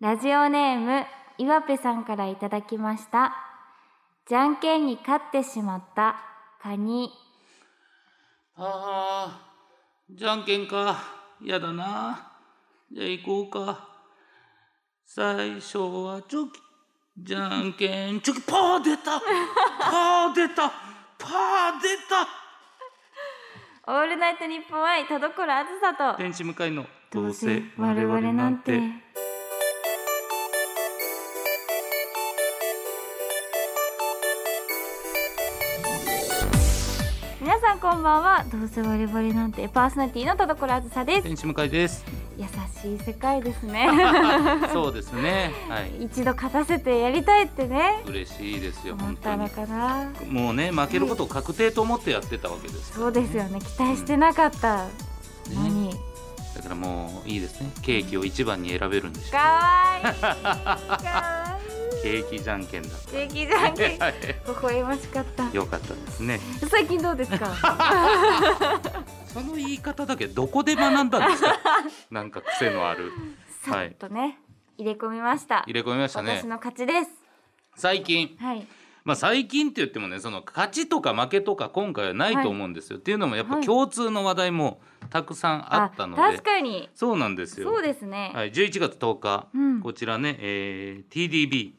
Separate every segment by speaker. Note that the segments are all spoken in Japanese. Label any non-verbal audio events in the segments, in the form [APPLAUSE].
Speaker 1: ラジオネーム岩ぺさんからいただきましたじゃんけんに勝ってしまったカニ
Speaker 2: ああ、じゃんけんか。やだな。じゃあ行こうか。最初はチョキ。じゃんけん、チョキ。パー出たパー出たパー出た
Speaker 1: オールナイトニッポン愛田所あずさと
Speaker 2: 天使向かいの。
Speaker 1: どうせ我々なんて皆さんこんばんはどうせ我々なんてパーソナリティの田所あずさです
Speaker 2: 天使向かいです。
Speaker 1: 優しい世界ですね [LAUGHS]
Speaker 2: そうですね。はい。
Speaker 1: 一度勝たせてやりたいってね
Speaker 2: 嬉しいですよ、
Speaker 1: 思
Speaker 2: 本
Speaker 1: っ
Speaker 2: 当
Speaker 1: たの
Speaker 2: に。
Speaker 1: かな
Speaker 2: もうね、負けることを確定と思ってやってたわけですから
Speaker 1: そうですよね期待してなかったの
Speaker 2: ね
Speaker 1: に、
Speaker 2: だからもういいですね。ケーキを一番に選べるんでし
Speaker 1: か
Speaker 2: ょ。
Speaker 1: わいい
Speaker 2: [LAUGHS]
Speaker 1: かわいい
Speaker 2: ケーキじゃんけんだった。
Speaker 1: 素敵じゃんけん微
Speaker 2: はい
Speaker 1: 笑ましかった
Speaker 2: よかったですね。
Speaker 1: 最近どう
Speaker 2: [LAUGHS]
Speaker 1: ですか
Speaker 2: その言い方だけどこで学んだんです
Speaker 1: [LAUGHS]
Speaker 2: か。なんか癖のある
Speaker 1: さっとね、入れ込みました
Speaker 2: 入れ込みましたね
Speaker 1: 私。の勝ちです
Speaker 2: 最近、
Speaker 1: はい
Speaker 2: まあ最近って言ってもね、その勝ちとか負けとか今回はないと思うんですよ。っていうのもやっぱ
Speaker 1: はい
Speaker 2: 共通の話題もたくさんあったので、
Speaker 1: 確かに
Speaker 2: そうなんですよ。
Speaker 1: そうですね、
Speaker 2: はい、11月10日、
Speaker 1: うん
Speaker 2: こちらね、えー TDB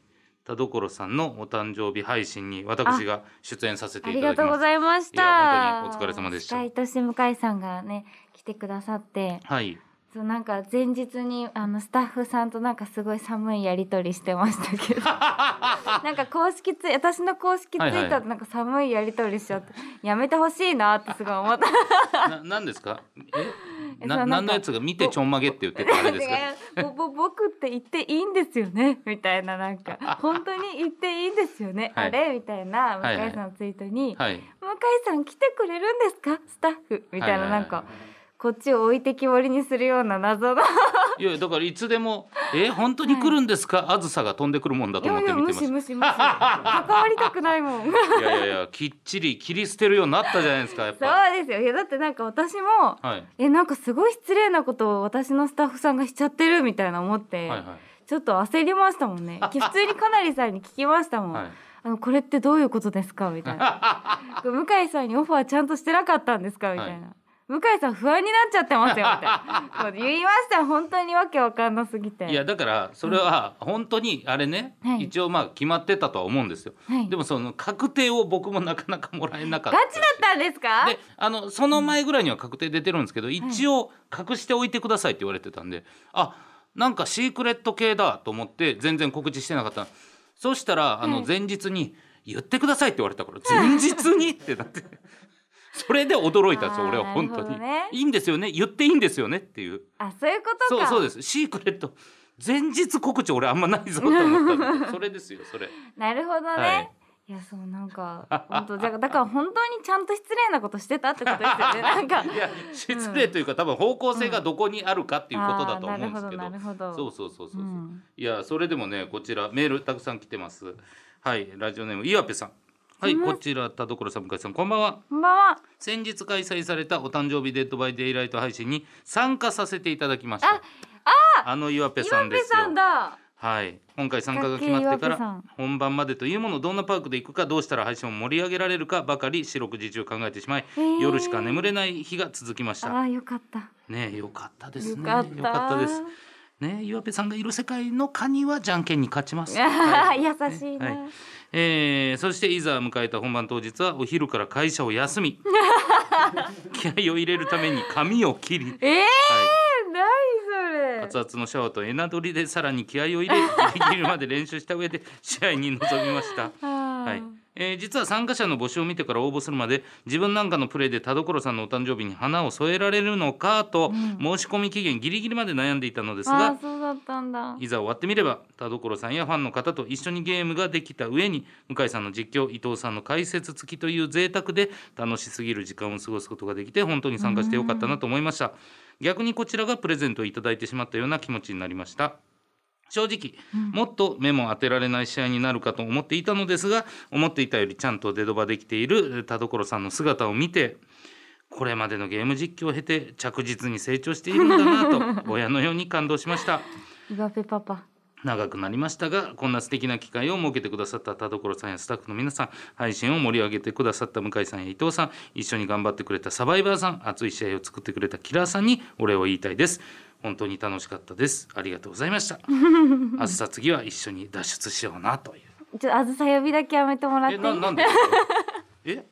Speaker 2: 田所さんのお誕生日配信に私が出演させ
Speaker 1: あ
Speaker 2: てい
Speaker 1: り
Speaker 2: ただ
Speaker 1: が
Speaker 2: き
Speaker 1: と
Speaker 2: ま
Speaker 1: う
Speaker 2: す
Speaker 1: ご。ざいました
Speaker 2: いや本当にお疲れ様でした
Speaker 1: 司会として向井さんがね来てくださって
Speaker 2: はい。
Speaker 1: そうなんか前日にあのスタッフさんとなんかすごい寒いやり取りしてましたけど
Speaker 2: [LAUGHS]
Speaker 1: なんか公式ツイ私の公式ツイ
Speaker 2: はい
Speaker 1: ー
Speaker 2: は
Speaker 1: ト
Speaker 2: い
Speaker 1: でなんか寒いやり取りしちゃって、やめてほしいなってすごい思った
Speaker 2: ななんですか。え、
Speaker 1: え
Speaker 2: な
Speaker 1: そうなんか
Speaker 2: なんのやつが見てちょんまげって言ってたあれですか。
Speaker 1: 違 [LAUGHS] うぼぼ僕って言っていいんですよねみたいななんか本当に言っていいんですよね、
Speaker 2: はい
Speaker 1: あれみたいな
Speaker 2: はいはい
Speaker 1: 向井さんのツイートに、
Speaker 2: はい。
Speaker 1: 向井さん来てくれるんですかスタッフみたいななんか、
Speaker 2: はいはい
Speaker 1: こっちを置いてきぼりにするような謎の
Speaker 2: いやだからいつでも「え本当に来るんですか?」あずさが飛んでくるもんだ
Speaker 1: い
Speaker 2: と思
Speaker 1: や
Speaker 2: っ
Speaker 1: い
Speaker 2: て
Speaker 1: や
Speaker 2: 見て
Speaker 1: 無
Speaker 2: ま
Speaker 1: 視無視
Speaker 2: す。[LAUGHS]
Speaker 1: 無視関わりたくないもんそう
Speaker 2: いやいやいやきっちり切り捨てるようになったじゃないですかやっぱ。
Speaker 1: ですよいやだってなんか私も
Speaker 2: はい。
Speaker 1: えなんかすごい失礼なことを私のスタッフさんがしちゃってるみたいな思って、
Speaker 2: はいは
Speaker 1: ちょっと焦りましたもん
Speaker 2: [LAUGHS]
Speaker 1: ねき普通にかなりさんに聞きましたもん、
Speaker 2: い。 [LAUGHS] はい。
Speaker 1: あのこれってどういうことですかみたいな向井さんにオファーちゃんとしてなかったんですかみたいな、
Speaker 2: はい
Speaker 1: 向井さん不安になっちゃってますよみたいなもう言いましたよ本当にわけわかんなすぎて
Speaker 2: いやだからそれは本当にあれね、
Speaker 1: はい
Speaker 2: 一応まあ決まってたとは思うんですよ、
Speaker 1: はい
Speaker 2: でもその確定を僕もなかなかもらえなかっ
Speaker 1: ガ
Speaker 2: た
Speaker 1: チだったんですか
Speaker 2: であのその前ぐらいには確定出てるんですけど、一応隠しておいてくださいって言われてたんであなんかシークレット系だと思って全然告知してなかったそしたらあの前日に「言ってください」って言われたから「前日に?」ってなって [LAUGHS] それで驚いたんですよ
Speaker 1: あー
Speaker 2: 俺は本当
Speaker 1: なる
Speaker 2: に、
Speaker 1: ほどね
Speaker 2: いいんですよね言っていいんですよね」っていう
Speaker 1: あそういうこと
Speaker 2: そう
Speaker 1: か
Speaker 2: そうですシークレット前日告知俺あんまないぞと思ったん
Speaker 1: [LAUGHS]
Speaker 2: でそれですよそれ
Speaker 1: なるほどね、
Speaker 2: はい
Speaker 1: いやそうなんか本当だからだから本当にちゃんと失礼なことしてたってことですよねなんか
Speaker 2: [LAUGHS] いや失礼というか、多分方向性がどこにあるかっていうことだと思うんですけど,、
Speaker 1: あーなるほどなるほど
Speaker 2: そうそうそうそう、う
Speaker 1: うん
Speaker 2: いやそれでもねこちらメールたくさん来てますはいラジオネーム岩ペさんはいこちら田所さん向井さんこんばんは
Speaker 1: こんばんは
Speaker 2: 先日開催されたお誕生日デッドバイデイライト配信に参加させていただきましたああの岩ペさ
Speaker 1: 岩
Speaker 2: んで
Speaker 1: 部
Speaker 2: すよ
Speaker 1: さんだ
Speaker 2: はい、今回参加が決まってか
Speaker 1: かっけえ岩手さ
Speaker 2: ら
Speaker 1: ん
Speaker 2: 本番までというものをどんなパークで行くかどうしたら配信を盛り上げられるかばかり四六時中考えてしまい、
Speaker 1: ー
Speaker 2: 夜しか眠れない日が続きまし
Speaker 1: あ
Speaker 2: た
Speaker 1: ーよかった
Speaker 2: ねえよかったです
Speaker 1: よ
Speaker 2: ね
Speaker 1: かった
Speaker 2: よかったですねえ岩部さんがいる世界のカニはじゃんけんに勝
Speaker 1: [LAUGHS]
Speaker 2: ちます、
Speaker 1: あ
Speaker 2: は
Speaker 1: ー
Speaker 2: い
Speaker 1: 優しいな、
Speaker 2: はいえーそしていざ迎えた本番当日はお昼から会社を
Speaker 1: [LAUGHS]
Speaker 2: 休み気合を入れるために髪を切り、はい、
Speaker 1: えー、何そ
Speaker 2: 熱
Speaker 1: れ
Speaker 2: 々のシャワーとエナドリでさらに気合を入れギリギリまで練習した上で試合に臨みましたは
Speaker 1: はい
Speaker 2: えー実は参加者の募集を見てから応募するまで自分なんかのプレーで田所さんのお誕生日に花を添えられるのかと申し込み期限ギリギリまで悩んでいたのです
Speaker 1: あ
Speaker 2: が
Speaker 1: あ、そうだったんだ
Speaker 2: いざ終わってみれば田所さんやファンの方と一緒にゲームができた上に向井さんの実況伊藤さんの解説付きという贅沢で楽しすぎる時間を過ごすことができて本当に参加してよかったなと思いました逆にこちらがプレゼントをいただいてしまったような気持ちになりました正直、もっと目も当てられない試合になるかと思っていたのですが思っていたよりちゃんと出ドバできている田所さんの姿を見てこれまでのゲーム実況を経て着実に成長しているんだなと親のように感動しました。
Speaker 1: 岩ペパパ
Speaker 2: 長くなりましたがこんな素敵な機会を設けてくださった田所さんやスタッフの皆さん配信を盛り上げてくださった向井さんや伊藤さん一緒に頑張ってくれたサバイバーさん熱い試合を作ってくれたキラーさんにお礼を言いたいです本当に楽しかったですありがとうございました
Speaker 1: [LAUGHS]
Speaker 2: あずさ次は一緒に脱出しようなという
Speaker 1: ちょあずさ呼びだけやめてもらって
Speaker 2: え
Speaker 1: いい
Speaker 2: ななんでですか [LAUGHS] え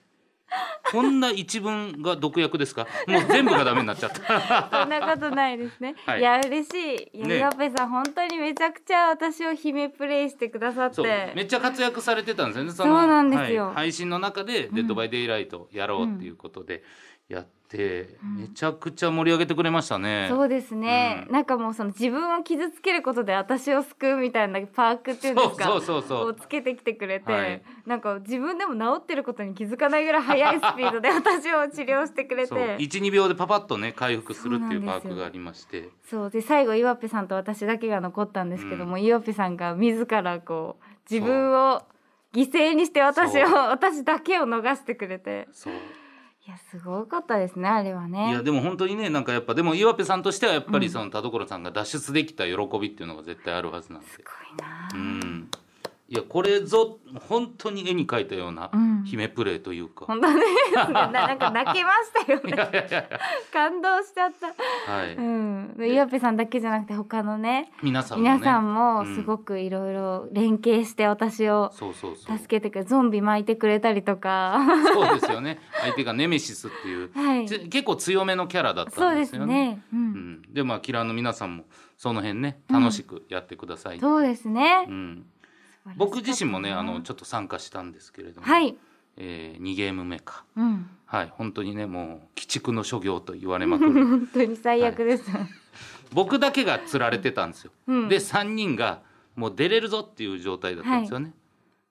Speaker 2: こんな一文が毒薬ですかもう全部がダメになっちゃった
Speaker 1: そんなことないですね。
Speaker 2: [LAUGHS] はい
Speaker 1: い、や嬉しい。いや
Speaker 2: ね
Speaker 1: ゆがぺさん本当にめちゃくちゃ私を姫プレイしてくださっ
Speaker 2: そうめ
Speaker 1: て。
Speaker 2: っちゃ活躍されてたんですよね。
Speaker 1: そうなんですよ
Speaker 2: はい配信の中で「デッド・バイ・デイ・ライト」やろうっていうことでやって、めちゃくちゃ盛り上げてくれましたね。
Speaker 1: そうですね、
Speaker 2: うん
Speaker 1: なんかもうその自分を傷つけることで私を救うみたいなパークっていうんですか
Speaker 2: そうそうそうそう
Speaker 1: をつけてきてくれて、
Speaker 2: はい
Speaker 1: なんか自分でも治ってることに気づかないぐらい速いスピー
Speaker 2: [LAUGHS]
Speaker 1: ドで私を治療してくれ
Speaker 2: そう
Speaker 1: て
Speaker 2: 12秒でパパッとね回復するっていうパークがありまして
Speaker 1: そうで最後岩ぺさんと私だけが残ったんですけども、岩ぺさんが自らこう自分を犠牲にして私を
Speaker 2: そう
Speaker 1: 私だけを逃してくれて
Speaker 2: そう
Speaker 1: いやすごかったですねあれはいね
Speaker 2: やでも本当にねなんかやっぱでも岩手さんとしてはやっぱりその田所さんが脱出できた喜びっていうのが絶対あるはずなんで。
Speaker 1: すごいなあ
Speaker 2: うんいやこれぞ本当に絵に描いたような
Speaker 1: うん
Speaker 2: 姫プレイというか、
Speaker 1: 本当ですねななんか泣けましたよね感動しちゃった
Speaker 2: はい
Speaker 1: うんで岩ペさんだけじゃなくて他のね
Speaker 2: 皆さんもね
Speaker 1: 皆さんもすごくいろいろ連携して私を
Speaker 2: そうそうそう
Speaker 1: 助けてくれゾンビ巻いてくれたりとか
Speaker 2: そうですよね。相手がネメシスっていう、
Speaker 1: はい
Speaker 2: ち結構強めのキャラだった
Speaker 1: そうん
Speaker 2: で
Speaker 1: ですす
Speaker 2: よね。
Speaker 1: ねう
Speaker 2: うんん、でまあキラーの皆さんもその辺ね楽しくやってください。うん
Speaker 1: そうですね
Speaker 2: 僕自身もねあの
Speaker 1: ょ
Speaker 2: ちょっと参加したんですけれども、
Speaker 1: はい
Speaker 2: えー、2ゲーム目か。
Speaker 1: うん
Speaker 2: はい本当にねもう鬼畜の所業と言われまくる
Speaker 1: 本当に最悪です、
Speaker 2: [LAUGHS] 僕だけが釣られてたんですよ、
Speaker 1: うん
Speaker 2: で3人がもう出れるぞっていう状態だったんですよね、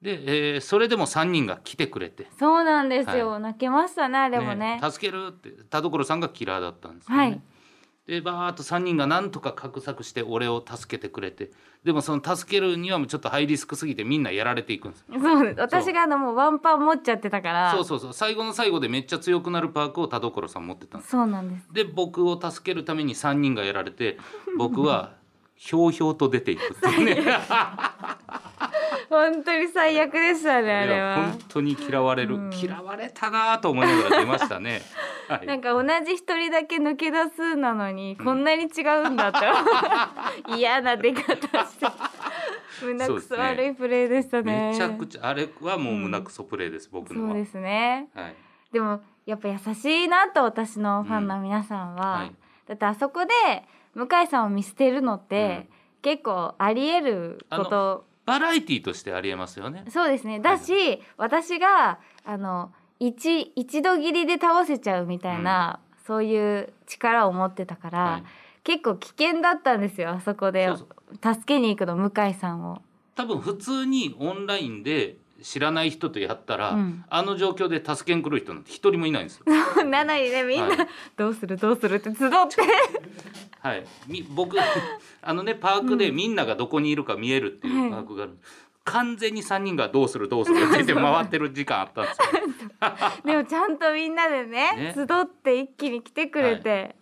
Speaker 2: で、えーそれでも3人が来てくれて
Speaker 1: そうなんですよ、
Speaker 2: は
Speaker 1: 泣けましたねあれもね
Speaker 2: 助けるって田所さんがキラーだったんですよね、
Speaker 1: はい
Speaker 2: でバーッと3人がなんとか画策して俺を助けてくれてでもその助けるにはもうちょっとハイリスクすぎてみんなやられていくんですよ
Speaker 1: そうです私があのもうワンパン持っちゃってたから
Speaker 2: そうそうそう最後の最後でめっちゃ強くなるパークを田所さん持ってたんです
Speaker 1: そうなんです
Speaker 2: で僕を助けるために3人がやられ
Speaker 1: [LAUGHS]
Speaker 2: て僕はひょうひょうと出ていくっていう
Speaker 1: [LAUGHS]
Speaker 2: ね
Speaker 1: 本当に最悪でしたねあ
Speaker 2: い
Speaker 1: れ
Speaker 2: や
Speaker 1: は
Speaker 2: 本当に嫌われる、
Speaker 1: うん
Speaker 2: 嫌われたなと思いながら出ましたね、は
Speaker 1: [LAUGHS]
Speaker 2: い
Speaker 1: なんか同じ一人だけ抜け出すなのにこんなに違うんだ
Speaker 2: [LAUGHS]
Speaker 1: って、嫌な出方して胸くそ悪いプレーでしたね
Speaker 2: めちゃく
Speaker 1: ゃ
Speaker 2: ちゃあれはもう胸くそプレーです、僕のは
Speaker 1: そうですね
Speaker 2: はい
Speaker 1: でもやっぱ優しいなと私のファンの皆さんは、
Speaker 2: うんはい
Speaker 1: だってあそこで向井さんを見捨てるのって、結構ありえること
Speaker 2: バラエティーとしてありえますよね。
Speaker 1: そうですね。だし、私があの一一度切りで倒せちゃうみたいな、そういう力を持ってたから、
Speaker 2: はい
Speaker 1: 結構危険だったんですよ。あそこで
Speaker 2: そうそう
Speaker 1: 助けに行くの向井さんを。
Speaker 2: 多分普通にオンラインで知らない人とやったら、
Speaker 1: うん
Speaker 2: あの状況で助けに来る人なんて一人もいないんです
Speaker 1: [LAUGHS]
Speaker 2: よ。
Speaker 1: なのにねみんな、
Speaker 2: はい
Speaker 1: どうするどうするって集って
Speaker 2: [LAUGHS] はい、み僕あのねパークでみんながどこにいるか見えるっていうパークがある、完全に3人がどうするどうするって言って回ってる時間あったんですよ。
Speaker 1: [LAUGHS] でもちゃんとみんなでね
Speaker 2: ね
Speaker 1: 集って一気に来てくれて、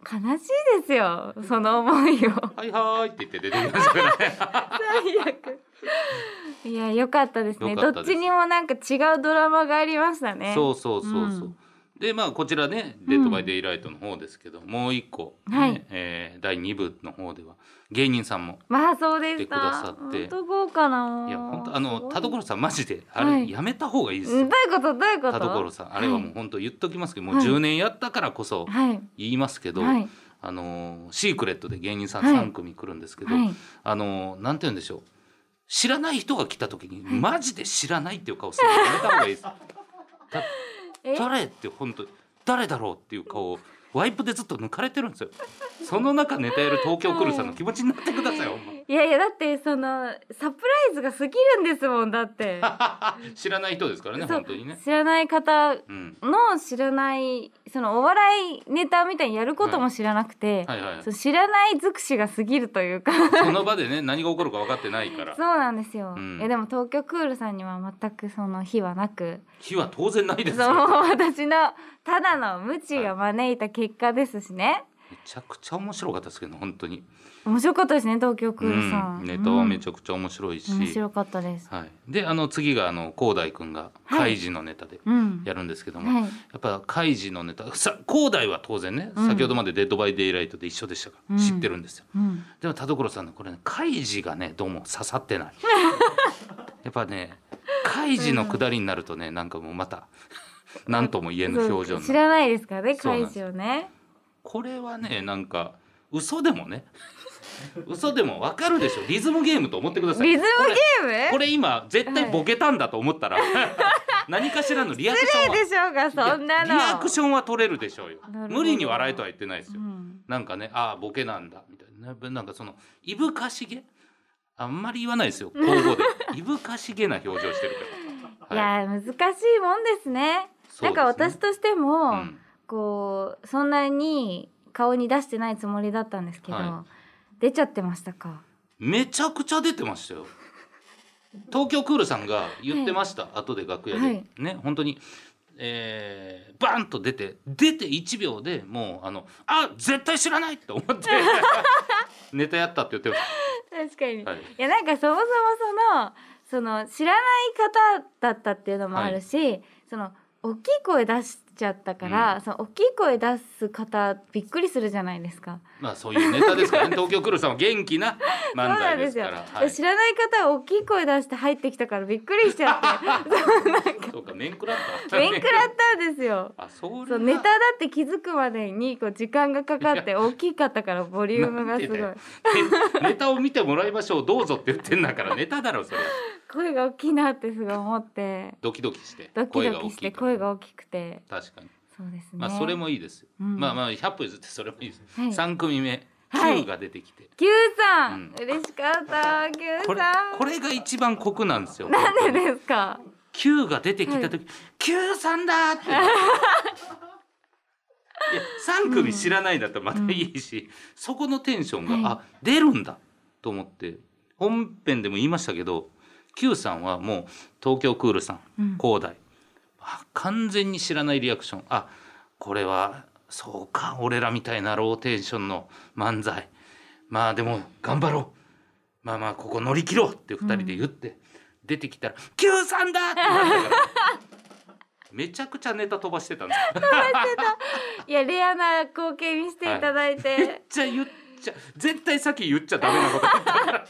Speaker 1: 悲しいですよその思いを
Speaker 2: はいはーいって言って出てきましたからね。
Speaker 1: 最悪いや良かったですね
Speaker 2: 良か
Speaker 1: ど
Speaker 2: ったで
Speaker 1: っ
Speaker 2: す
Speaker 1: ちにもなんか違うドラマがありました [LAUGHS] ね
Speaker 2: そうそうそうそう。
Speaker 1: うん
Speaker 2: でまあこちらね「デッド・バイ・デイ・ライト」の方ですけど、もう一個、ね
Speaker 1: はい
Speaker 2: えー第2部の方では芸人さんも
Speaker 1: まあそうでした。
Speaker 2: 来てくださって
Speaker 1: 本当豪華な。
Speaker 2: いや本当あの田所
Speaker 1: さ
Speaker 2: さんマジであれ、
Speaker 1: はい
Speaker 2: やめた方がいいです
Speaker 1: どうい
Speaker 2: よ
Speaker 1: うことどういうこと。
Speaker 2: 田所さんあれはもう本当言っときますけど、もう
Speaker 1: はい
Speaker 2: 10年やったからこそ
Speaker 1: はい
Speaker 2: 言いますけど、
Speaker 1: はい
Speaker 2: あのーシークレットで芸人さん
Speaker 1: はい
Speaker 2: 3組来るんですけど、
Speaker 1: はい。
Speaker 2: あのーなんて言うんでしょう知らない人が来た時にマジで知らないっていう顔するのやめた方がいいです。
Speaker 1: [LAUGHS] え
Speaker 2: 誰って本当に誰だろうっていう顔をワイプでずっと抜かれてるんですよ。その中ネタやる東京来るさんの気持ちになってください、ほんま。
Speaker 1: いやいやだってそのサプライズが過ぎるんですもんだ
Speaker 2: [LAUGHS]
Speaker 1: って。
Speaker 2: 知らない人ですからね
Speaker 1: そう
Speaker 2: 本当にね。
Speaker 1: 知らない方
Speaker 2: うん、
Speaker 1: の知らないそのお笑いネタみたいにやることも知らなくて、
Speaker 2: はいはいはい
Speaker 1: そう知らない尽くしが過ぎるというか。
Speaker 2: その場でね何が起こるか分かってないから
Speaker 1: そうなんですよ。
Speaker 2: うん
Speaker 1: いやでも東京クールさんには全くその日はなく。
Speaker 2: 火は当然ないです
Speaker 1: そう
Speaker 2: よ。
Speaker 1: 私のただの無知が招いた結果ですしね。
Speaker 2: めちゃくちゃ面白かったですけど本当に
Speaker 1: 面白かったですね東京ク
Speaker 2: う
Speaker 1: ールさん、
Speaker 2: ん、ネタはめ
Speaker 1: ゃ、
Speaker 2: ちゃくちゃ面白いし、
Speaker 1: うん面白かったです
Speaker 2: はい、であの次があの広大くんが
Speaker 1: はい
Speaker 2: 開示のネタで
Speaker 1: うん
Speaker 2: やるんですけども、
Speaker 1: はい
Speaker 2: やっぱ開示のネタさ広大は当然ね、
Speaker 1: うん
Speaker 2: 先ほどまで「デッド・バイ・デイ・ライト」で一緒でしたから、
Speaker 1: うん
Speaker 2: 知ってるんですよ
Speaker 1: うん
Speaker 2: でも田所さんのこれね開示がねどうも刺さってない
Speaker 1: [LAUGHS]
Speaker 2: やっぱね開示の下りになるとねなんかもうまた何とも言えぬ表情
Speaker 1: そう
Speaker 2: に
Speaker 1: 知
Speaker 2: なる
Speaker 1: らないですからね
Speaker 2: そうなん
Speaker 1: 会
Speaker 2: です
Speaker 1: 場ね
Speaker 2: これはねなんか嘘でもね嘘でもわかるでしょリズムゲームと思ってください
Speaker 1: リズム
Speaker 2: これ
Speaker 1: ゲーム
Speaker 2: これ今絶対ボケたんだと思ったら、 [LAUGHS] 何かし
Speaker 1: [LAUGHS]
Speaker 2: らのリアクションは
Speaker 1: でしょうかそんないの
Speaker 2: やリアクションは取れるでしょうよ
Speaker 1: なるほど
Speaker 2: 無理に笑えとは言ってないですよ、
Speaker 1: うん
Speaker 2: なんかねああボケなんだみたいなななんかそのいぶかしげあんまり言わないですよ口
Speaker 1: [LAUGHS]
Speaker 2: 語でいぶかしげな表情してるか
Speaker 1: い
Speaker 2: ら、はい、
Speaker 1: や難しいもんですね
Speaker 2: そうで
Speaker 1: な
Speaker 2: すね
Speaker 1: んか私としても、
Speaker 2: うん
Speaker 1: こうそんなに顔に出してないつもりだったんですけど、
Speaker 2: は
Speaker 1: 出ちゃってましたか
Speaker 2: めちゃくちゃ出てましたよ東京クールさんが言ってました、後で楽屋で、
Speaker 1: はい
Speaker 2: ね本当にえー、バンと出て出て1秒でもうあのあ絶対知らないって思って
Speaker 1: [LAUGHS]
Speaker 2: ネタやったって言ってまし
Speaker 1: 確かに、、
Speaker 2: た、はいい、
Speaker 1: やなんかそもそもそのその知らない方だったっていうのもあるし、その大きい声出しちゃったから、
Speaker 2: うん
Speaker 1: その大きい声出す方びっくりするじゃないですか
Speaker 2: まあそういうネタですから
Speaker 1: [LAUGHS]
Speaker 2: ね東京クールさんは元気な漫才ですから
Speaker 1: そうなんですよ、知らない方は大きい声出して入ってきたからびっくりしち
Speaker 2: [LAUGHS]
Speaker 1: ゃって
Speaker 2: はい、そうか面食らった
Speaker 1: 面食らったんですよ
Speaker 2: あそう
Speaker 1: そうネタだって気づくまでにこう時間がかか
Speaker 2: [LAUGHS]
Speaker 1: って大きかったからボリュームがすごい
Speaker 2: ネタを見てもらいましょうどうぞって言ってんだからネタだろそれは
Speaker 1: 声が大きいなってすごい思って
Speaker 2: ドキドキして
Speaker 1: ドキドキして
Speaker 2: 声
Speaker 1: 声
Speaker 2: が大
Speaker 1: が大
Speaker 2: きい
Speaker 1: きくて
Speaker 2: と確かに
Speaker 1: そうですね、
Speaker 2: まあそれもいいですよ、
Speaker 1: うん
Speaker 2: まあまあ100歩譲ってそれもいいです、
Speaker 1: はい
Speaker 2: 三3組目
Speaker 1: はい
Speaker 2: Q が出てきて、
Speaker 1: Q さん、
Speaker 2: うん
Speaker 1: 嬉しかった Q
Speaker 2: これ
Speaker 1: さん
Speaker 2: これが一番酷なんですよ
Speaker 1: なんでですか
Speaker 2: Q が出てきた時「Q さんだ!」
Speaker 1: [LAUGHS]
Speaker 2: って。いや3組知らないだったらまたいいし、そこのテンションが、
Speaker 1: はい
Speaker 2: あ出るんだと思って本編でも言いましたけど Q さんはもう東京クールさ
Speaker 1: うん
Speaker 2: ん広大、あ完全に知らないリアクションあこれはそうか俺らみたいなローテーションの漫才まあでも頑張ろうまあまあここ乗り切ろうって二人で言って、出てきたら「Q さんだ!」って言われたからめちゃくちゃネタ飛ばしてたんですよ
Speaker 1: いやレアな光景見せていただいて、
Speaker 2: めっちゃ言っちゃ絶対先言っちゃダメなこと言ったからネ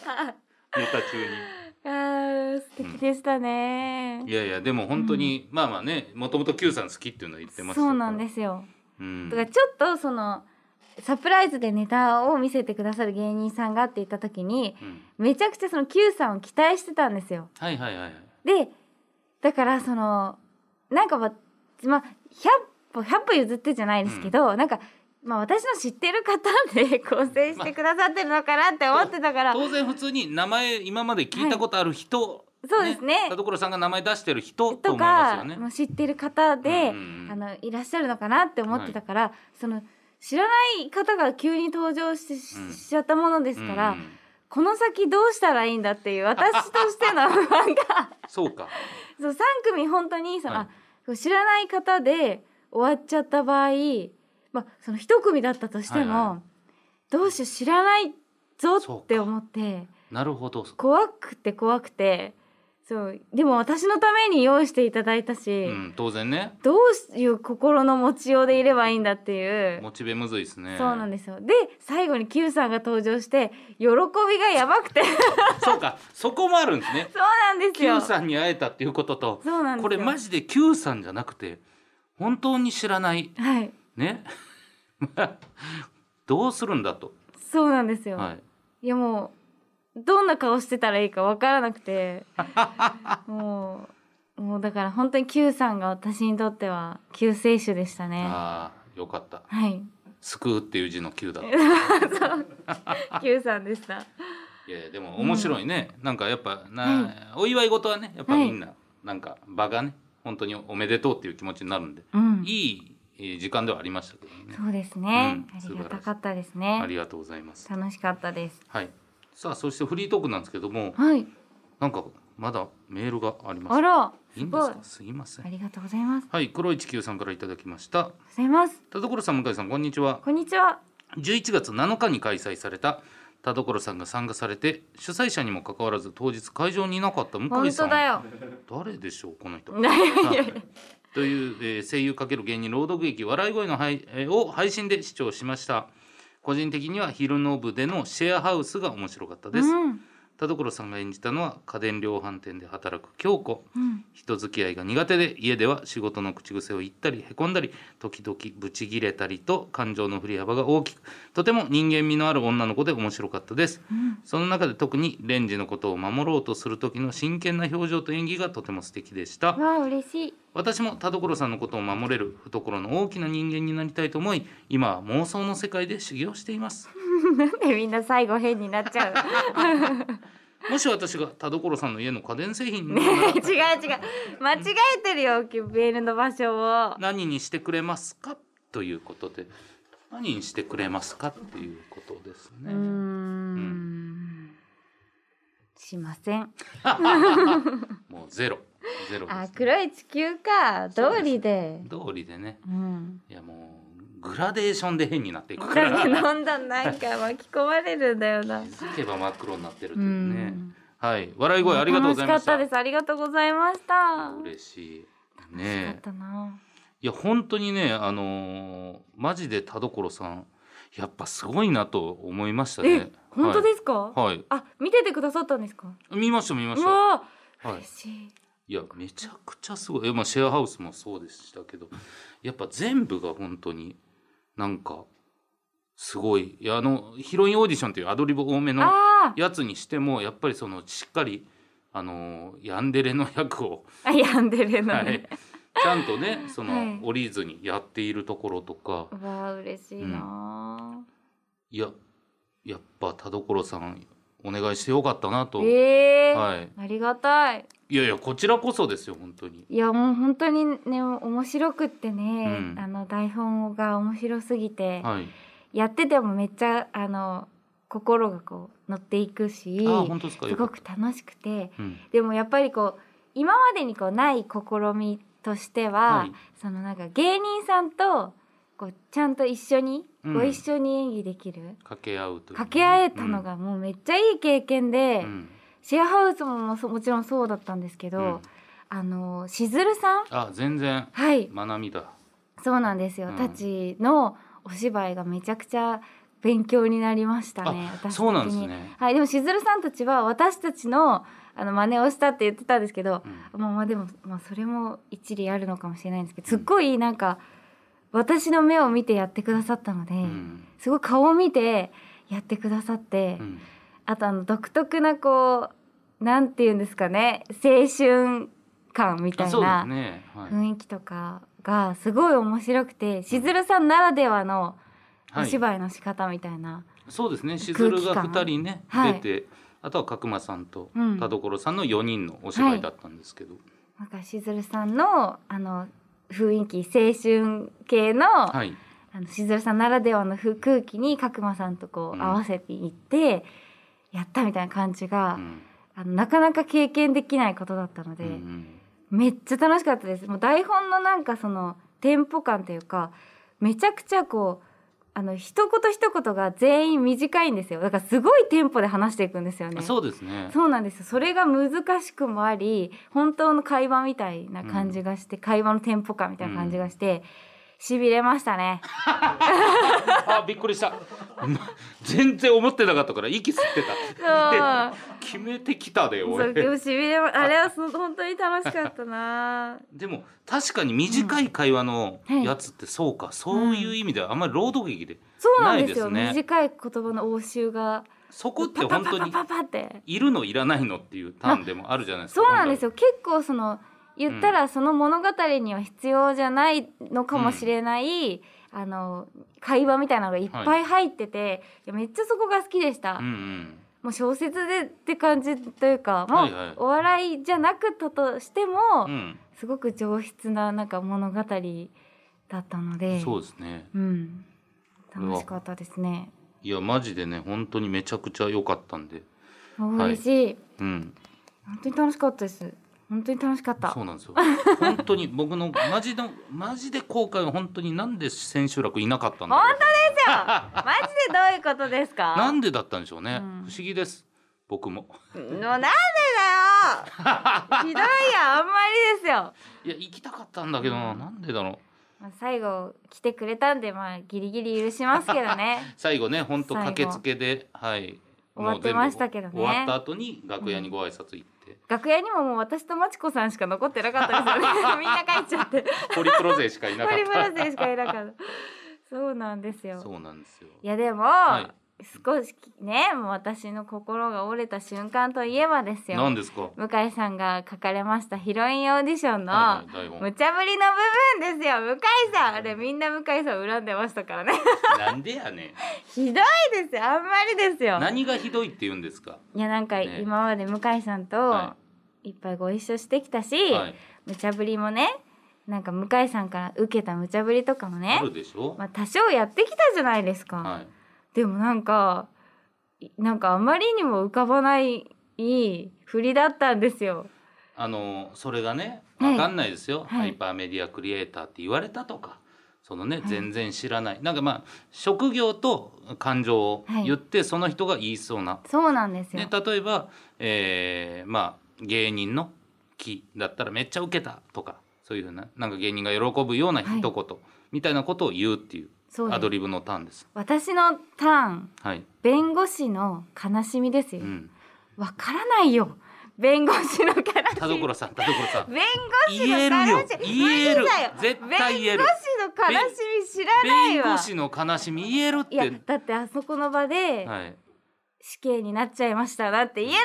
Speaker 2: タ中に。
Speaker 1: [LAUGHS] あー素敵でしたね、
Speaker 2: いやいやでも本当に、まあまあねもともと Q さん好きっていうのは言ってました、
Speaker 1: そうなんですすよ
Speaker 2: うん
Speaker 1: だからちょっとそのサプライズでネタを見せてくださる芸人さんがって言った時に
Speaker 2: うん
Speaker 1: めちゃくちゃその Q さんを期待してたんですよ。
Speaker 2: はいはいはいはい
Speaker 1: でだからそのなんかままあ100歩100歩譲ってじゃないですけど、なんか、まあ、私の知ってる方で構成してくださってるのかなって思ってたから、
Speaker 2: 当然普通に名前今まで聞いたことある人、
Speaker 1: そうですね
Speaker 2: 田所さんが名前出してる人と
Speaker 1: と
Speaker 2: 思います
Speaker 1: か
Speaker 2: よね。
Speaker 1: もう知ってる方で、
Speaker 2: うんうんうん
Speaker 1: あのいらっしゃるのかなって思ってたから、その知らない方が急に登場し
Speaker 2: うん
Speaker 1: しちゃったものですから。
Speaker 2: うんうん
Speaker 1: この先どうしたらいいんだっていう私としての不安が
Speaker 2: そうか
Speaker 1: そう3組本当にその、
Speaker 2: はい
Speaker 1: あこう知らない方で終わっちゃった場合、まあ、その1組だったとしても、
Speaker 2: はいは
Speaker 1: どうしよう知らないぞ
Speaker 2: そう
Speaker 1: っ
Speaker 2: か
Speaker 1: て思って
Speaker 2: なるほど。
Speaker 1: 怖くて怖くてそうでも私のために用意していただいたし、
Speaker 2: うん、当然ね。
Speaker 1: どういう心の持ちようでいればいいんだっていう。
Speaker 2: モチベむずいですね。
Speaker 1: そうなんですよで最後に Q さんが登場して喜びがやばくて [LAUGHS] そう
Speaker 2: そうか、そこもあるんですね。
Speaker 1: なんですよ
Speaker 2: Q さんに会えたっていうことと、
Speaker 1: そうなんですよ
Speaker 2: これマジで Q さんじゃなくて、本当に知らない、
Speaker 1: はい
Speaker 2: ね。 [LAUGHS] どうするんだと。
Speaker 1: そうなんですよ、、
Speaker 2: はいい。
Speaker 1: やもうどんな顔してたらいいかわからなく
Speaker 2: [LAUGHS]
Speaker 1: てもうもうだから本当に Q さんが私にとっては救世主でしたね
Speaker 2: ああ、よかった。
Speaker 1: はい
Speaker 2: 救うっていう字の Q だ。い
Speaker 1: Q さんでした
Speaker 2: やいや、でも面白いね。なんかやっぱな、お祝い事はね、やっぱ
Speaker 1: はい
Speaker 2: みんな、なんか場がね、本当におめでとうっていう気持ちになるんで、
Speaker 1: うん
Speaker 2: いいえー時間ではありましたけどね。
Speaker 1: そうですね、
Speaker 2: うん
Speaker 1: あ
Speaker 2: 素
Speaker 1: り
Speaker 2: 晴らしい
Speaker 1: がたかったです
Speaker 2: あ
Speaker 1: ね
Speaker 2: りがとうございます。
Speaker 1: 楽しかったです
Speaker 2: はい。さあ、そしてフリートークなんですけども、
Speaker 1: はい
Speaker 2: なんかまだメールがありま
Speaker 1: あ
Speaker 2: す。
Speaker 1: ら
Speaker 2: い
Speaker 1: す
Speaker 2: いんで
Speaker 1: ご
Speaker 2: す
Speaker 1: い
Speaker 2: か。すいませ
Speaker 1: あ
Speaker 2: ん。
Speaker 1: りがとうございます
Speaker 2: はい、黒い地球さんからいただきました。
Speaker 1: ございます
Speaker 2: 田所さん、向井さん、こんにちは。
Speaker 1: こんにちは
Speaker 2: 11月7日に開催された田所さんが参加されて主催者にもかかわらず当日会場にいなかった向
Speaker 1: 本
Speaker 2: 井さ
Speaker 1: 当
Speaker 2: ん
Speaker 1: だよ。
Speaker 2: 誰でしょうこの
Speaker 1: [LAUGHS]
Speaker 2: 人
Speaker 1: いやいやいや
Speaker 2: という、えー声優×芸人朗読劇笑い声の配、えーを配信で視聴しました個人的には昼の部でのシェアハウスが面白かった [LAUGHS] です、
Speaker 1: うん
Speaker 2: 田所さんが演じたのは家電量販店で働く京子
Speaker 1: うん
Speaker 2: 人付き合いが苦手で家では仕事の口癖を言ったりへこんだり時々ブチギレたりと感情の振り幅が大きくとても人間味のある女の子で面白かったです
Speaker 1: うん
Speaker 2: その中で特にレンジのことを守ろうとする時の真剣な表情と演技がとても素敵でした
Speaker 1: わあ嬉しい。
Speaker 2: 私も田所さんのことを守れる懐の大きな人間になりたいと思い今は妄想の世界で修行しています
Speaker 1: なんでみんな最後変になっちゃうの。
Speaker 2: もし私が田所さんの家の家電製品に
Speaker 1: ね
Speaker 2: なるな
Speaker 1: [LAUGHS]
Speaker 2: ら
Speaker 1: え違う違う間違えてるよベールの場所を
Speaker 2: 何にしてくれますかということで何にしてくれますかっていうことです
Speaker 1: うー
Speaker 2: ね、
Speaker 1: んしません
Speaker 2: もうゼロゼロで
Speaker 1: あ
Speaker 2: す、ね、
Speaker 1: 黒い地球か
Speaker 2: そうで
Speaker 1: 通
Speaker 2: す
Speaker 1: りで
Speaker 2: 通りでね
Speaker 1: うん
Speaker 2: いやもうグラデーションで変になっていくか
Speaker 1: な
Speaker 2: ら
Speaker 1: んで飲んだんなんか巻き込まれるんだよな
Speaker 2: 気づけば真っ黒になってると
Speaker 1: う
Speaker 2: いうね
Speaker 1: ん
Speaker 2: はい笑い声ありがとうございま
Speaker 1: 楽
Speaker 2: した
Speaker 1: しかったですありがとうございました
Speaker 2: 嬉しい
Speaker 1: 楽しか
Speaker 2: ね
Speaker 1: ったな、
Speaker 2: いや本当にねあのーマジで田所さんやっぱすごいなと思いました
Speaker 1: え、
Speaker 2: ね
Speaker 1: 本当ですか、
Speaker 2: はい、はい
Speaker 1: あ見ててくださったんですか
Speaker 2: 見ました見まし
Speaker 1: う
Speaker 2: た
Speaker 1: わあ
Speaker 2: はい
Speaker 1: 嬉しい、
Speaker 2: いやめちゃくちゃすごい、えまあ、シェアハウスもそうでしたけどやっぱ全部が本当になんかすごいいやあのヒロインオーディションっていうアドリブ多めの
Speaker 1: あ
Speaker 2: やつにしてもやっぱりそのしっかりあのヤンデレの役を、
Speaker 1: あ病んでるの
Speaker 2: は
Speaker 1: に、
Speaker 2: い、ちゃんとねその、
Speaker 1: はい
Speaker 2: 降りずにやっているところとか
Speaker 1: うわあ嬉しいな、
Speaker 2: いややっぱ田所さんお願いしてよかったなと、
Speaker 1: ええ
Speaker 2: はい、
Speaker 1: ありがたい
Speaker 2: いやいやこちらこそですよ本当に。
Speaker 1: いやもう本当にね面白くってね、
Speaker 2: うん
Speaker 1: あの台本が面白すぎて、
Speaker 2: はい、
Speaker 1: やっててもめっちゃあの心がこう乗っていくし
Speaker 2: あ本当ですか
Speaker 1: す
Speaker 2: よかっ
Speaker 1: ご
Speaker 2: た
Speaker 1: く楽しくて
Speaker 2: うん
Speaker 1: でもやっぱりこう今までにこうない試みとしては、
Speaker 2: はい
Speaker 1: そのなんか芸人さんとこうちゃんと一緒に
Speaker 2: うん
Speaker 1: ご一緒に演技できる、
Speaker 2: 掛け合うという
Speaker 1: 掛け合えたの、がもうめっちゃいい経験で、
Speaker 2: うんうん
Speaker 1: シェアハウスももそもちろんそうだったんですけど、
Speaker 2: うん
Speaker 1: あのしずるさん
Speaker 2: あ全然
Speaker 1: はい
Speaker 2: 学びだ
Speaker 1: そうなんですよ、
Speaker 2: うん
Speaker 1: たちのお芝居がめちゃくちゃ勉強になりましたね私
Speaker 2: あ
Speaker 1: 的に
Speaker 2: そうなんですね、
Speaker 1: はいでもしずるさんたちは私たちのあの真似をしたって言ってたんですけど
Speaker 2: う、ん
Speaker 1: まあまあでも、まあ、それも一理あるのかもしれないんですけどすっごいなんか私の目を見てやってくださったので、
Speaker 2: うん
Speaker 1: すごい顔を見てやってくださって、
Speaker 2: うん
Speaker 1: あとあの独特なこうなんて言うんですかね青春感みた
Speaker 2: あ
Speaker 1: い
Speaker 2: そうで
Speaker 1: な
Speaker 2: すね、はい
Speaker 1: 雰囲気とかがすごい面白くてしずるさんならではのお
Speaker 2: はい、
Speaker 1: 芝居の仕方みたいな、
Speaker 2: そうですねしずるが
Speaker 1: 空気感
Speaker 2: 2人ね、
Speaker 1: はい
Speaker 2: 出てあとは角間さんと
Speaker 1: うん
Speaker 2: 田所さんの4人のお芝居だったんですけど、
Speaker 1: なんかしずるさんのあの雰囲気青春系の,、
Speaker 2: はい
Speaker 1: あのしずるさんならではのふ空気に角間さんとこ
Speaker 2: う
Speaker 1: うん合わせていって、やったみたいな感じが、
Speaker 2: うん
Speaker 1: あのなかなか経験できないことだったので。
Speaker 2: うんうん
Speaker 1: めっちゃ楽しかったですもう台本のなんかそのテンポ感というかめちゃくちゃこうあの一言一言が全員短いんですよだからすごいテンポで話していくんですよね
Speaker 2: あそうですね
Speaker 1: そうなんですよそれが難しくもあり本当の会話みたいな感じがして、会話のテンポ感みたいな感じがして、しびれました
Speaker 2: [LAUGHS]
Speaker 1: ね
Speaker 2: あびっくりした [LAUGHS] 全然思ってなかったから息吸って
Speaker 1: そう
Speaker 2: た決めてきたで
Speaker 1: そ
Speaker 2: 俺
Speaker 1: うでもしびれまあれはそ本当に楽しかったな
Speaker 2: でも確かに短い会話の
Speaker 1: はい
Speaker 2: やつってそうか、そういう意味ではあんまり朗読劇で
Speaker 1: そうなんですよ
Speaker 2: ないですね
Speaker 1: 短い言葉の応酬が
Speaker 2: そこ
Speaker 1: パ
Speaker 2: って
Speaker 1: パ
Speaker 2: 本
Speaker 1: パ
Speaker 2: 当
Speaker 1: パ
Speaker 2: に
Speaker 1: パパって
Speaker 2: いるのいらないのっていうターンでもあるじゃないですか。
Speaker 1: そうなんですよ結構その言ったらその物語には必要じゃないのかもしれない、あの会話みたいなのがいっぱい入ってて、い、やめっちゃそこが好きでした、
Speaker 2: 本当に。うん
Speaker 1: もう小説でって感じというか、まあ
Speaker 2: はいはい
Speaker 1: お笑いじゃなくったとしても、
Speaker 2: うん。
Speaker 1: すごく上質ななんか物語だったの
Speaker 2: うん。
Speaker 1: で
Speaker 2: そうですね。
Speaker 1: うん、
Speaker 2: これは
Speaker 1: 楽しかったですね
Speaker 2: いやマジでね本当にめちゃくちゃ良かったんで。はい
Speaker 1: 嬉しい、
Speaker 2: うん。
Speaker 1: 本当に楽しかったです本当に楽しかった
Speaker 2: そうなんですよ。本当に僕のマジのマジで後悔は本当になんで千秋楽いなかったんだろう。
Speaker 1: 本当ですよよマジでどういうことですか
Speaker 2: なんでだったんでしょうね、
Speaker 1: うん
Speaker 2: 不思議です僕も
Speaker 1: のなんでだよひどいよあんまりですよ
Speaker 2: いや行きたかったんだけどななんでだろう
Speaker 1: まあ最後来てくれたんでまあギリギリ許しますけどね [LAUGHS]
Speaker 2: 最後ね本当
Speaker 1: 最後
Speaker 2: 駆けつけではい
Speaker 1: 終わって
Speaker 2: もう全部
Speaker 1: ましたけどね
Speaker 2: 終わった後に楽屋にご挨拶行って、
Speaker 1: 楽屋にももう私とまちこさんしか残ってなかったですよね [LAUGHS] みんな帰っちゃ
Speaker 2: [LAUGHS]
Speaker 1: って
Speaker 2: ホリプロ勢しかいなか
Speaker 1: ホ
Speaker 2: っ
Speaker 1: リプ
Speaker 2: た
Speaker 1: ロ勢しかいなかったそうなんですよ
Speaker 2: そうなんですよ
Speaker 1: いやでも、
Speaker 2: い
Speaker 1: 少しねもう私の心が折れた瞬間といえばですよ
Speaker 2: 何ですか
Speaker 1: 向井さんが書かれましたヒロインオーディションの、
Speaker 2: はいはい台本
Speaker 1: 無茶ぶりの部分ですよ向井さんあれみんな向井さん恨んでましたからね
Speaker 2: なんでやねん
Speaker 1: ひどいですよあんまりですよ
Speaker 2: 何がひどいって言うんですか
Speaker 1: いやなんか
Speaker 2: ね
Speaker 1: 今まで向井さんと
Speaker 2: はい
Speaker 1: っぱいご一緒してきたし、
Speaker 2: はい
Speaker 1: 無茶ぶりもねなんか向井さんから受けた無茶ぶりとかも
Speaker 2: あ
Speaker 1: ね
Speaker 2: るでしょ
Speaker 1: まあ多少やってきたじゃないですか、
Speaker 2: はい
Speaker 1: でもなんかいなんかあまりにも浮かばないいい振りだったんですよ
Speaker 2: あのそれがね
Speaker 1: はい
Speaker 2: わかんないですよ、
Speaker 1: はい
Speaker 2: ハイパーメディアクリエイターって言われたとかそのね全然知らない、なんかまあ職業と感情を言って、その人が言いそうな
Speaker 1: そうなんですよ、
Speaker 2: ね、例えば、えーまあ、芸人の木だったらめっちゃウケたとかそういうふうななんか芸人が喜ぶような
Speaker 1: はい
Speaker 2: 一言みたいなことを言うっていう
Speaker 1: そうです
Speaker 2: アドリブのターンです。
Speaker 1: 私のターン
Speaker 2: はい、
Speaker 1: 弁護士の悲しみです
Speaker 2: う
Speaker 1: よ
Speaker 2: ん、
Speaker 1: わからないよ弁護士の悲しみ
Speaker 2: 田所さん田所さん
Speaker 1: 弁護士の悲しみ
Speaker 2: 言えるよ
Speaker 1: 無理
Speaker 2: 言える
Speaker 1: だよ
Speaker 2: 絶対言える
Speaker 1: 弁護士の悲しみ知らない
Speaker 2: 弁
Speaker 1: わ
Speaker 2: 護士の悲しみ言えるっ
Speaker 1: い
Speaker 2: て
Speaker 1: やだってあそこの場で
Speaker 2: はい、
Speaker 1: 死刑になっちゃいましたなって言え
Speaker 2: じ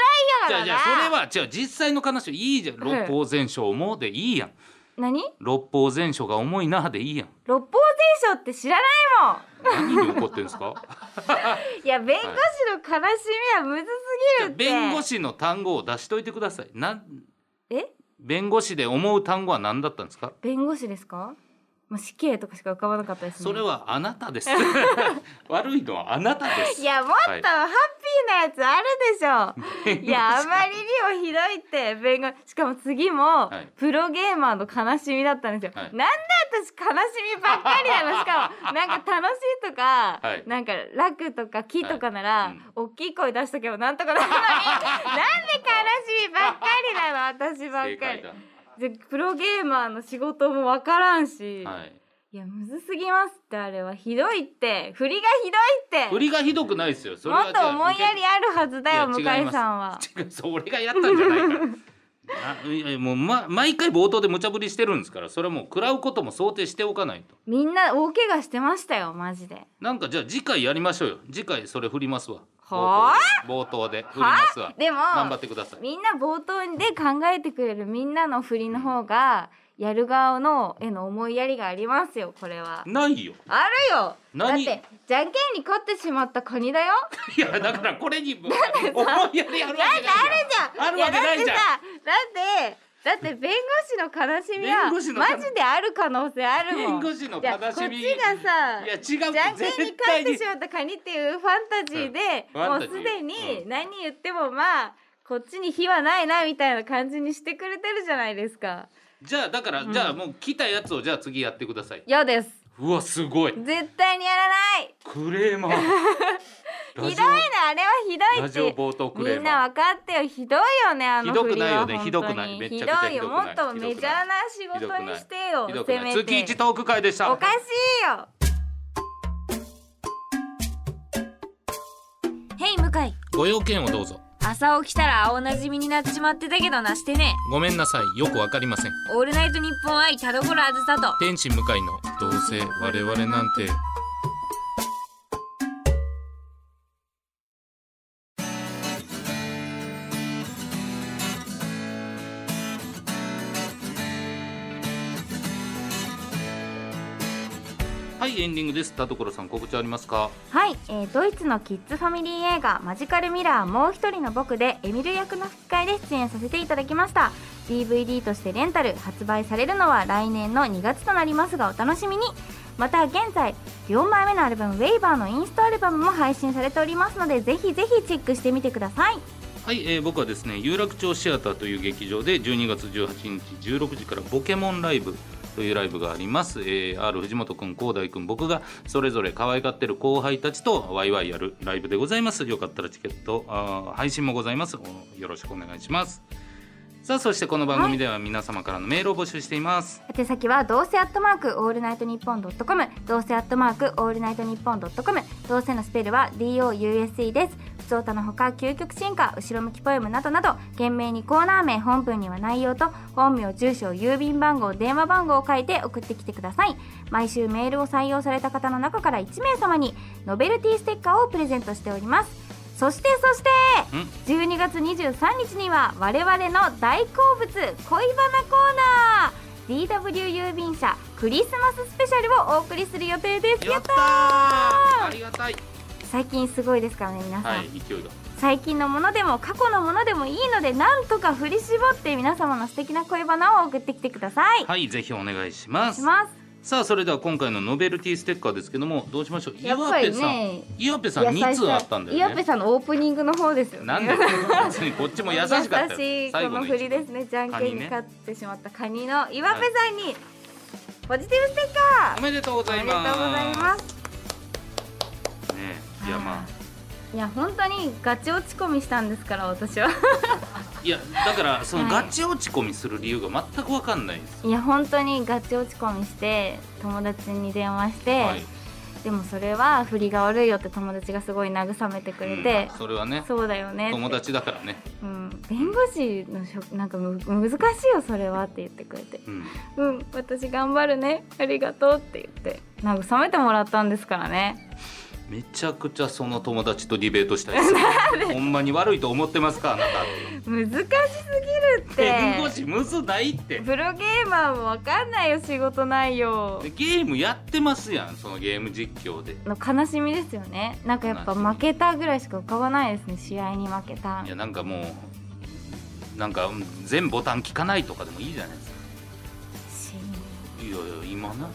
Speaker 1: ないよ
Speaker 2: ゃあ
Speaker 1: だ
Speaker 2: じ
Speaker 1: な
Speaker 2: ゃあそれは違う実際の悲しみいいじゃん
Speaker 1: はい
Speaker 2: 六法全書もうでいいやん
Speaker 1: 何
Speaker 2: 六法全書が重いなでいいやん
Speaker 1: 六法全書って知らないもん
Speaker 2: 何に怒ってんですか
Speaker 1: いや弁護士の悲しみはむずすぎるって
Speaker 2: 弁護士の単語を出しといてくださいなん
Speaker 1: え
Speaker 2: 弁護士で思う単語は何だったんですか
Speaker 1: 弁護士ですかもう死刑とかしか浮かばなかったですね
Speaker 2: それはあなたです悪いのはあなたです
Speaker 1: いやもっとハッピーなやつあるでしょ、い、やあまりにもひどいって弁護しかも次も、
Speaker 2: はい
Speaker 1: プロゲーマーの悲しみだったんですよ、
Speaker 2: はい
Speaker 1: なんで私悲しみばっかりな
Speaker 2: [LAUGHS]
Speaker 1: のしかもなんか楽しいとか、
Speaker 2: はい
Speaker 1: なんか楽とか木とかなら、
Speaker 2: はい
Speaker 1: 大きい声出しとけばなんとか
Speaker 2: [LAUGHS]
Speaker 1: なるのになんで悲しみばっかりなの私ばっ
Speaker 2: 正
Speaker 1: かり
Speaker 2: 解だ
Speaker 1: でプロゲーマーの仕事もわからんし、
Speaker 2: はい
Speaker 1: い、やむずすぎますってあれはひどいって振りがひどいって
Speaker 2: 振りがひどくないですよそれ
Speaker 1: も
Speaker 2: は
Speaker 1: っと思いやりあるはずだよ向
Speaker 2: い
Speaker 1: 井
Speaker 2: や違います [LAUGHS]
Speaker 1: さんは
Speaker 2: 違うそれがやったんじゃないからあいやもう、ま、毎回冒頭で無茶ぶりしてるんですからそれはもう食らうことも想定しておかないと
Speaker 1: みんな大怪我してましたよマジで
Speaker 2: なんかじゃあ次回やりましょうよ次回それ振りますわ
Speaker 1: は
Speaker 2: 冒頭で冒頭で振りますわ
Speaker 1: あでも
Speaker 2: 頑張ってください
Speaker 1: みんな冒頭で考えてくれるみんなの振りの方がやる側のへの思いやりがありますよこれは
Speaker 2: ないよ
Speaker 1: あるよだっ
Speaker 2: 何
Speaker 1: てじゃんけんに勝ってしまったカニだよ
Speaker 2: いやだからこれに思いやりあるわけない
Speaker 1: あるじゃん
Speaker 2: あるわけないじゃん
Speaker 1: やだってさだってだって弁護士の悲しみは
Speaker 2: 弁護士の悲
Speaker 1: マジである可能性あるもん
Speaker 2: 弁護士の
Speaker 1: じゃあ
Speaker 2: 悲しみ
Speaker 1: こっちがさ
Speaker 2: いや違うって
Speaker 1: じゃんけんに
Speaker 2: 絶
Speaker 1: 勝
Speaker 2: 対
Speaker 1: って
Speaker 2: に
Speaker 1: しまったカニっていうファンタジーで、
Speaker 2: うんファ
Speaker 1: も
Speaker 2: ン
Speaker 1: う
Speaker 2: タジー
Speaker 1: すでに何言ってもまあこっちに火はないなみたいな感じにしてくれてるじゃないですか
Speaker 2: じゃあだから、じゃあもう来たやつをじゃあ次やってください
Speaker 1: 嫌です
Speaker 2: うわすごい
Speaker 1: 絶対にやらない
Speaker 2: クレーマー
Speaker 1: [LAUGHS] ひどい
Speaker 2: ラジ
Speaker 1: なあれはひどいって
Speaker 2: ラジオ冒頭クレーマー
Speaker 1: みんな分かってよひどいよねあの
Speaker 2: ひど
Speaker 1: 振
Speaker 2: く
Speaker 1: り
Speaker 2: ない
Speaker 1: は
Speaker 2: よ
Speaker 1: 本当
Speaker 2: ね
Speaker 1: に
Speaker 2: ひどくないめ
Speaker 1: ひ
Speaker 2: ち
Speaker 1: ど
Speaker 2: ゃく
Speaker 1: い
Speaker 2: ちゃひ
Speaker 1: よ
Speaker 2: どく
Speaker 1: も
Speaker 2: ない
Speaker 1: っとメジャーな仕
Speaker 2: オひど
Speaker 1: 事
Speaker 2: く
Speaker 1: に
Speaker 2: ない
Speaker 1: してよ
Speaker 2: ひどく
Speaker 1: せ
Speaker 2: ない
Speaker 1: めて
Speaker 2: 月一トーク会でした
Speaker 1: おかしいよへい向井
Speaker 2: ご用件をどうぞ
Speaker 1: 朝起きたら青なじみになっちまってたけどなしてね
Speaker 2: ごめんなさいよくわかりません
Speaker 1: オールナイトニッポン愛田所あずさと
Speaker 2: 天使向かいのどうせ我々なんてはいエンディングです田所さん告知ありますか
Speaker 1: はい、えードイツのキッズファミリー映画「マジカルミラーもう一人の僕」でエミル役の吹き替えで出演させていただきました DVD としてレンタル発売されるのは来年の2月となりますがお楽しみにまた現在4枚目のアルバム「ウェイバーのインストアルバムも配信されておりますのでぜひぜひチェックしてみてください
Speaker 2: はい、えー僕はですね有楽町シアターという劇場で12月18日16時から「ポケモンライブというライブがあります、えー、R 藤本くん広大くん僕がそれぞれ可愛がってる後輩たちとワイワイやるライブでございますよかったらチケットあー配信もございますおよろしくお願いしますさあそしてこの番組では皆様からのメールを募集しています、
Speaker 1: 宛先はどうせアットマークオールナイトニッポンドットコムどうせアットマークオールナイトニッポンドットコムどうせのスペルは DOUSE です普通歌のほか究極進化後ろ向きポエムなどなど懸命にコーナー名本文には内容と本名住所郵便番号電話番号を書いて送ってきてください毎週メールを採用された方の中から1名様にノベルティステッカーをプレゼントしておりますそしてそして
Speaker 2: うん
Speaker 1: 12月23日には我々の大好物恋バナコーナー DW 郵便車クリスマススペシャルをお送りする予定ですやった
Speaker 2: ありがたい
Speaker 1: ー最近すごいですからね皆さん、
Speaker 2: はい勢いが
Speaker 1: 最近のものでも過去のものでもいいのでなんとか振り絞って皆様の素敵な恋バナを送ってきてください、
Speaker 2: はいぜひお願いします
Speaker 1: します
Speaker 2: さあそれでは今回のノベルティステッカーですけどもどうしましょう
Speaker 3: やっぱりね
Speaker 2: 岩手さん岩手さん2通あったんだ
Speaker 3: いや最初は岩手
Speaker 2: よね
Speaker 3: さんのオープニングの方ですよね
Speaker 2: なんで別にこっちも優しかったよ
Speaker 1: 優しいこの振りですねじゃん
Speaker 2: カニ
Speaker 1: けんに
Speaker 2: ね
Speaker 1: 勝ってしまったカニの岩部さんにポジティブステッカー
Speaker 2: おめでとうご
Speaker 1: お
Speaker 2: ざ
Speaker 1: め
Speaker 2: い
Speaker 1: でとうご
Speaker 2: ます
Speaker 1: ざいます
Speaker 2: ねえいやまあ
Speaker 1: いや本当にガチ落ち込みしたんですから私は [LAUGHS]
Speaker 2: いやだからその
Speaker 1: はい
Speaker 2: ガチ落ち込みする理由が全くわかんないです
Speaker 1: いや本当にガチ落ち込みして友達に電話して、
Speaker 2: はい
Speaker 1: でもそれは振りが悪いよって友達がすごい慰めてくれて
Speaker 2: うん、それはね
Speaker 1: そうだよねって
Speaker 2: 友達だからね
Speaker 1: うん、弁護士のしょなんかむ難しいよそれはって言ってくれて
Speaker 2: うん
Speaker 1: うん私頑張るねありがとうって言って慰めてもらったんですからね
Speaker 2: めちゃくちゃその友達とディベートしたいです
Speaker 1: [LAUGHS]
Speaker 2: ほんまに悪いと思ってますかあなた
Speaker 1: 難しすぎるって
Speaker 2: 弁護士むずないって
Speaker 1: プロゲーマーもわかんないよ仕事内容
Speaker 2: でゲームやってますやんそのゲーム実況で
Speaker 1: の悲しみですよねなんかやっぱ
Speaker 2: 悲しみ
Speaker 1: 負けたぐらいしか浮かばないですね試合に負けた
Speaker 2: いやなんかもうなんか全ボタン聞かないとかでもいいじゃないですか
Speaker 1: し
Speaker 2: いやいや今
Speaker 1: [LAUGHS]
Speaker 2: な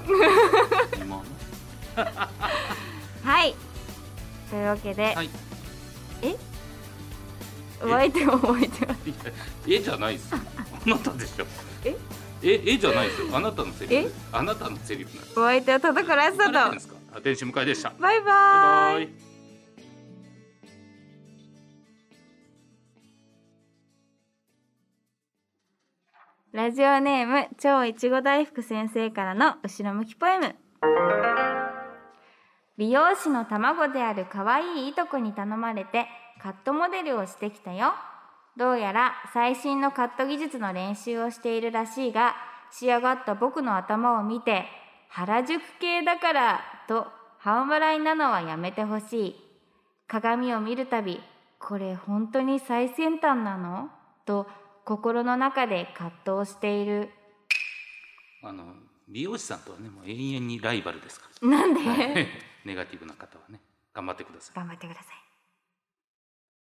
Speaker 2: 今な
Speaker 1: はいというわけで、
Speaker 2: はい
Speaker 1: お相手を覚えてます
Speaker 2: いや絵じゃな
Speaker 1: [LAUGHS]
Speaker 2: いですよあなたでしょ
Speaker 1: え
Speaker 2: え絵じゃないですよあなたのセリフ
Speaker 1: え
Speaker 2: あなたのセリフなんです
Speaker 1: お相手は田所あさ
Speaker 2: 誰なん
Speaker 1: と
Speaker 2: ですかあ天使向かいでした
Speaker 1: バイバ
Speaker 2: バイバ
Speaker 1: ーイ
Speaker 2: イ
Speaker 1: ラジオネーム超いちご大福先生からの後ろ向きポエム美容師の卵である可愛いいとこに頼まれてカットモデルをしてきたよどうやら最新のカット技術の練習をしているらしいが仕上がった僕の頭を見て原宿系だからと半笑いなのはやめてほしい鏡を見るたびこれ本当に最先端なのと心の中で葛藤している
Speaker 2: あの美容師さんとはねもう永遠にライバルですから
Speaker 1: なんで
Speaker 2: [LAUGHS] ネガティブな方はね頑張ってください
Speaker 1: 頑張ってください